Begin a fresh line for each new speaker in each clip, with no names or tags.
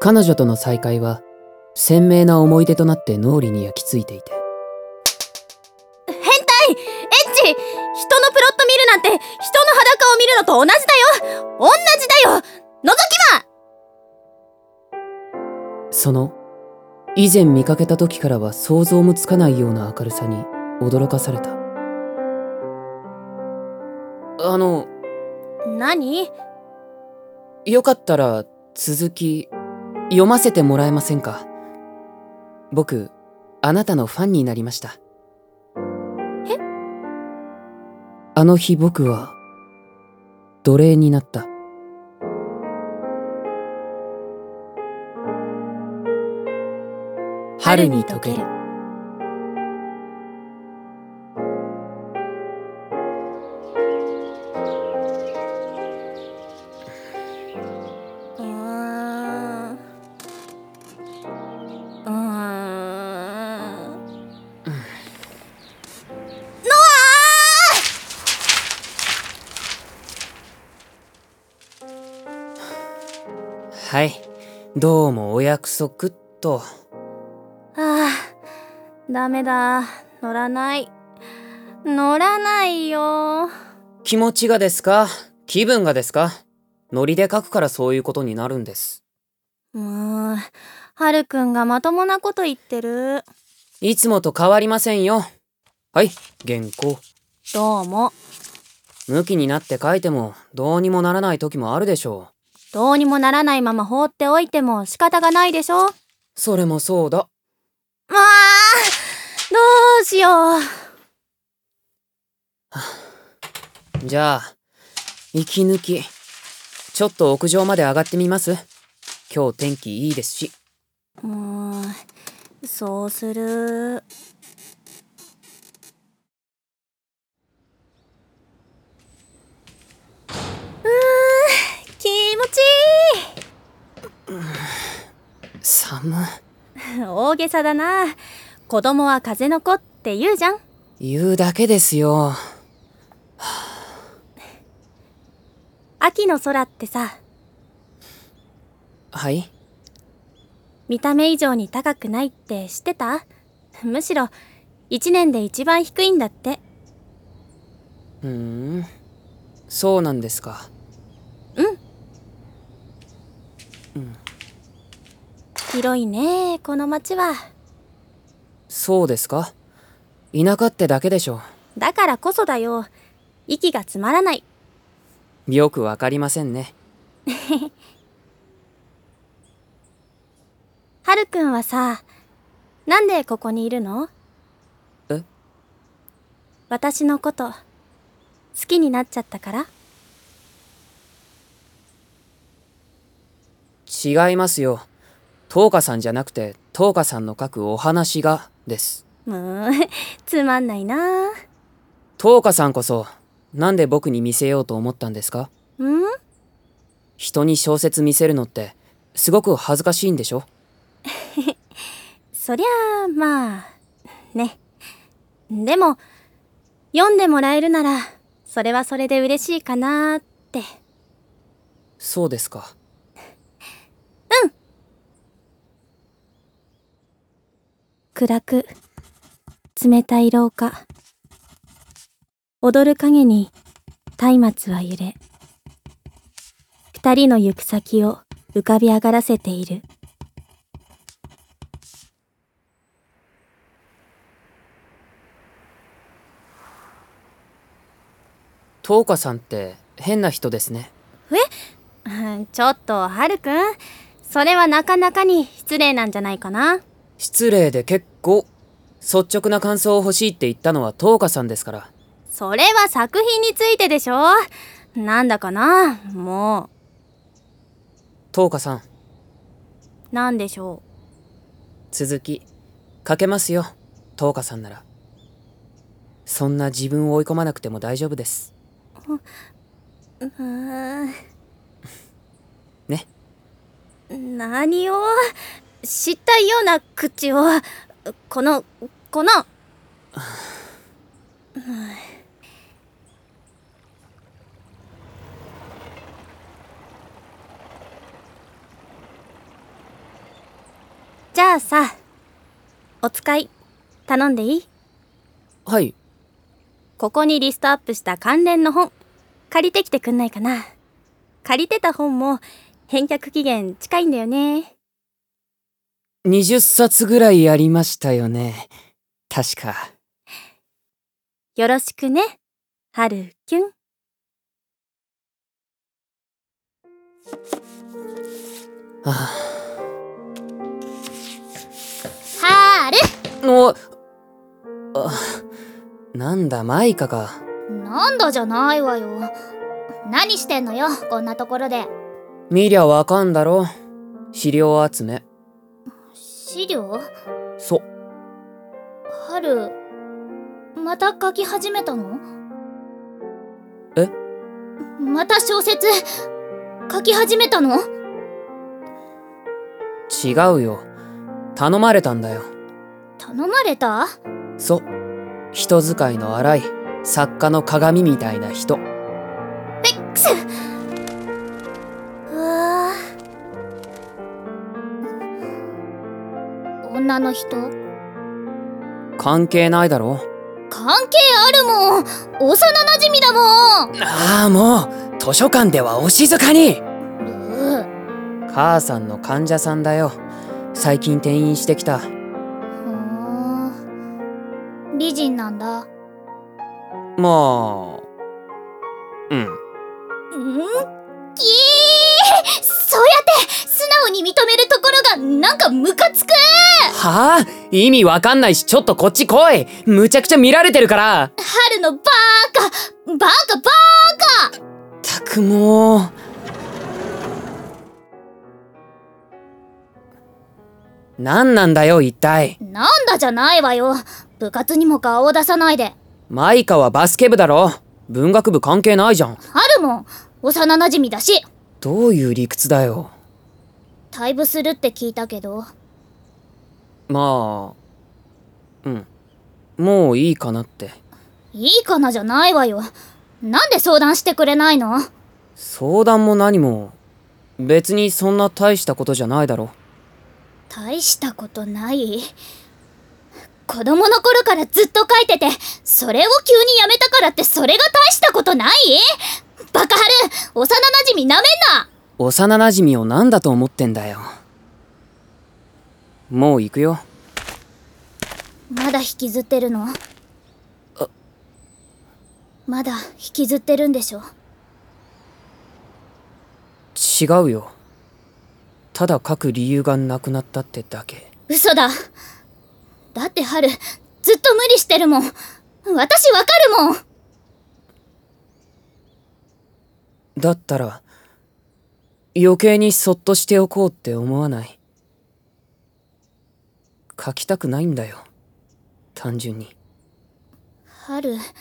彼女との再会は鮮明な思い出となって脳裏に焼き付いていて
変態エッチ人のプロット見るなんて人の裸を見るのと同じだよ同じだよ覗き魔
その以前見かけた時からは想像もつかないような明るさに驚かされたあの
何
よかったら続き読ませてもらえませんか僕あなたのファンになりました
え
あの日僕は奴隷になった春に溶ける
うーんうーん
はいどうもお約束っと
ああダメだ乗らない乗らないよ
気持ちがですか気分がですかノリで書くからそういうことになるんです
もうはるくんがまともなこと言ってる
いつもと変わりませんよはい原稿
どうも
向きになって書いてもどうにもならない時もあるでしょう
どうにもならないまま放っておいても仕方がないでしょ
それもそうだ
まあどうしよう
じゃあ息抜きちょっと屋上まで上がってみます今日天気いいですし
うーんそうするうーん気持ち
寒
いい大げさだな子供は風の子って言うじゃん
い言うだけですよ
秋の空ってさ
はい
見た目以上に高くないって知ってた むしろ一年で一番低いんだって
うーんそうなんですか
広いねこの町は
そうですか田舎ってだけでしょ
だからこそだよ息が詰まらない
よくわかりませんね
はるくんはさなんでここにいるの
え
私のこと好きになっちゃったから
違いますよトウカさんじゃなくてトウカさんの書くお話がです
うーんつまんないな
トウカさんこそなんで僕に見せようと思ったんですか
うん
人に小説見せるのってすごく恥ずかしいんでしょ
そりゃあまあねでも読んでもらえるならそれはそれで嬉しいかなーって
そうですか
暗く冷たい廊下踊る影に松明は揺れ二人の行く先を浮かび上がらせている
トウカさんって変な人ですね
うんちょっとはるくんそれはなかなかに失礼なんじゃないかな
失礼で結構率直な感想を欲しいって言ったのはトウカさんですから
それは作品についてでしょなんだかなも
トウカさん
うなんでしょう
続き書けますよトウカさんならそんな自分を追い込まなくても大丈夫です
うーん
ね
何を知ったような口をこのこの ゃあさ、お使い、頼んでいい
はい
ここにリストアップした関連の本、借りてきてくんないかな。借りてた本も、返却期限近いんだよね。
20冊ぐらいありましたよね確か
よろしくね、はるきゅん。
あ
はー
あおあなんだマイカか
るなんだじゃないわよ。何してんのよ、こんなところで。
見りゃわかんだろ資料集め
資料
そ
はる、また書き始めたの
え
また小説、書き始めたの
違うよ頼まれたんだよ
頼まれた
そ人使いの荒い作家の鏡みたいな人
くすうわ女の人
関係ないだろ
関係あるもん幼馴染だもん
ああもう図書館ではお静かに
う
母さんの患者さんだよ最近転院してきた
ん美人なんだ
まあうん
うんきーそうやって素直に認めるところがなんかムカつく
はあ意味わかんないしちょっとこっち来いむちゃくちゃ見られてるから
春のバーカバーカバーカ
たくもう何なんだよ一体
なんだじゃないわよ部活にも顔を出さないで
マイカはバスケ部だろ文学部関係ないじゃん
あるもん幼馴染だし
どういう理屈だよ
退部するって聞いたけど
まあうんもういいかなって
いいかなじゃないわよなんで相談してくれないの
相談も何も別にそんな大したことじゃないだろ
大したことない子供の頃からずっと書いててそれを急にやめたからってそれが大したことないバカハル幼馴染なめんな
幼馴染を何だと思ってんだよもう行くよ
まだ引きずってるのまだ引きずってるんでしょ
違うよただ書く理由がなくなったってだけ
嘘だだってハルずっと無理してるもん私わかるもん
だったら余計にそっとしておこうって思わない書きたくないんだよ単純に
春、春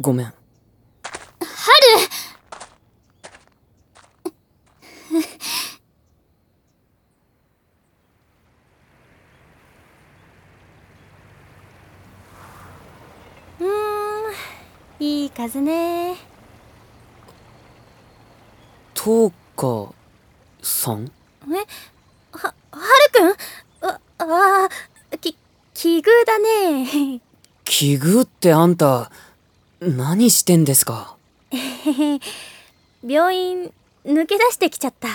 ごめん
いい風ね。
トーカさん
は、はるくんあ、あーき、奇遇だね。
奇遇ってあんた何してんですか
病院、抜け出してきちゃった。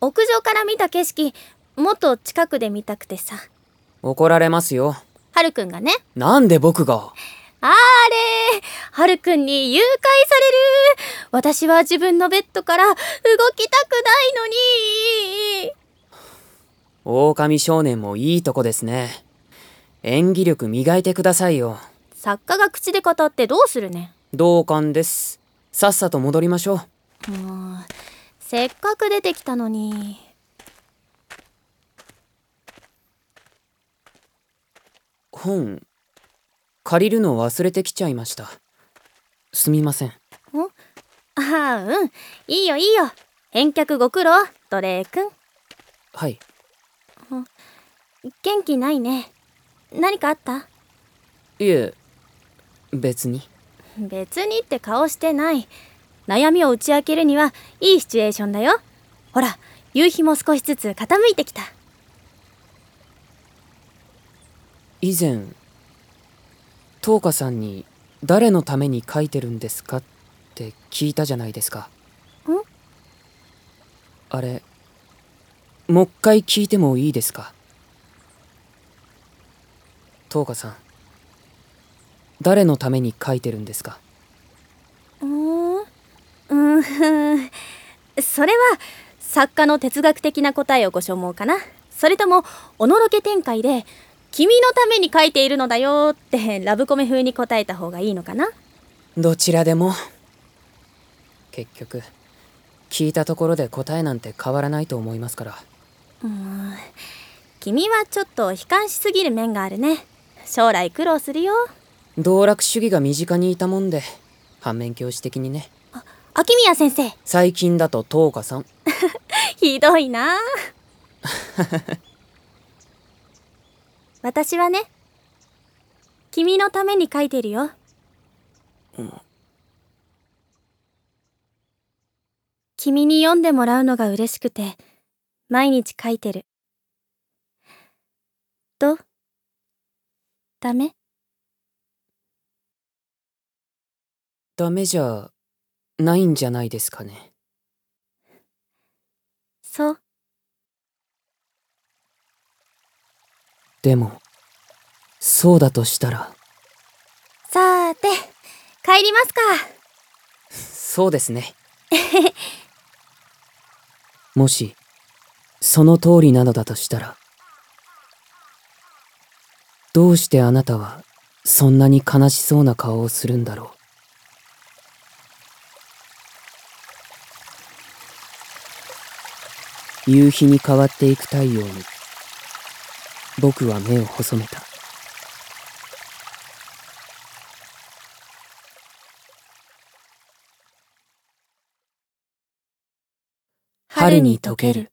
屋上から見た景色、もっと近くで見たくてさ。
怒られますよ
はるくんがね。
なんで僕が
あれはるくんに誘拐される私は自分のベッドから動きたくないのに
狼少年もいいとこですね演技力磨いてくださいよ
作家が口で語ってどうするね
同感ですさっさと戻りましょう
もう、せっかく出てきたのに。
本借りるの忘れてきちゃいましたすみません
ああ、うん。いいよいいよ。返却ご苦労、奴隷くん。
はい
元気ないね。何かあった
いえ別に
別にって顔してない。悩みを打ち明けるには、いいシチュエーションだよ。ほら、夕日も少しずつ傾いてきた。
以前東花さんに「誰のために書いてるんですか?」って聞いたじゃないですか
ん
あれもう一回聞いてもいいですか東花さん誰のために書いてるんですか
うーん、うーん、それは作家の哲学的な答えをご所望かな。それとも、おのろけ展開で、君のために書いているのだよってラブコメ風に答えた方がいいのかな。
どちらでも結局聞いたところで答えなんて変わらないと思いますから
うーん君はちょっと悲観しすぎる面があるね将来苦労するよ
道楽主義が身近にいたもんで反面教師的にね
秋宮先生
最近だと東花さん
ひどいな私はね君のために書いてるよ、君に読んでもらうのが嬉しくて毎日書いてるどうダメ
ダメじゃないんじゃないですかね
そう
でもそうだとしたら
さーて帰りますか
そうですね もしその通りなのだとしたらどうしてあなたはそんなに悲しそうな顔をするんだろう夕日に変わっていく太陽に僕は目を細めた春に溶ける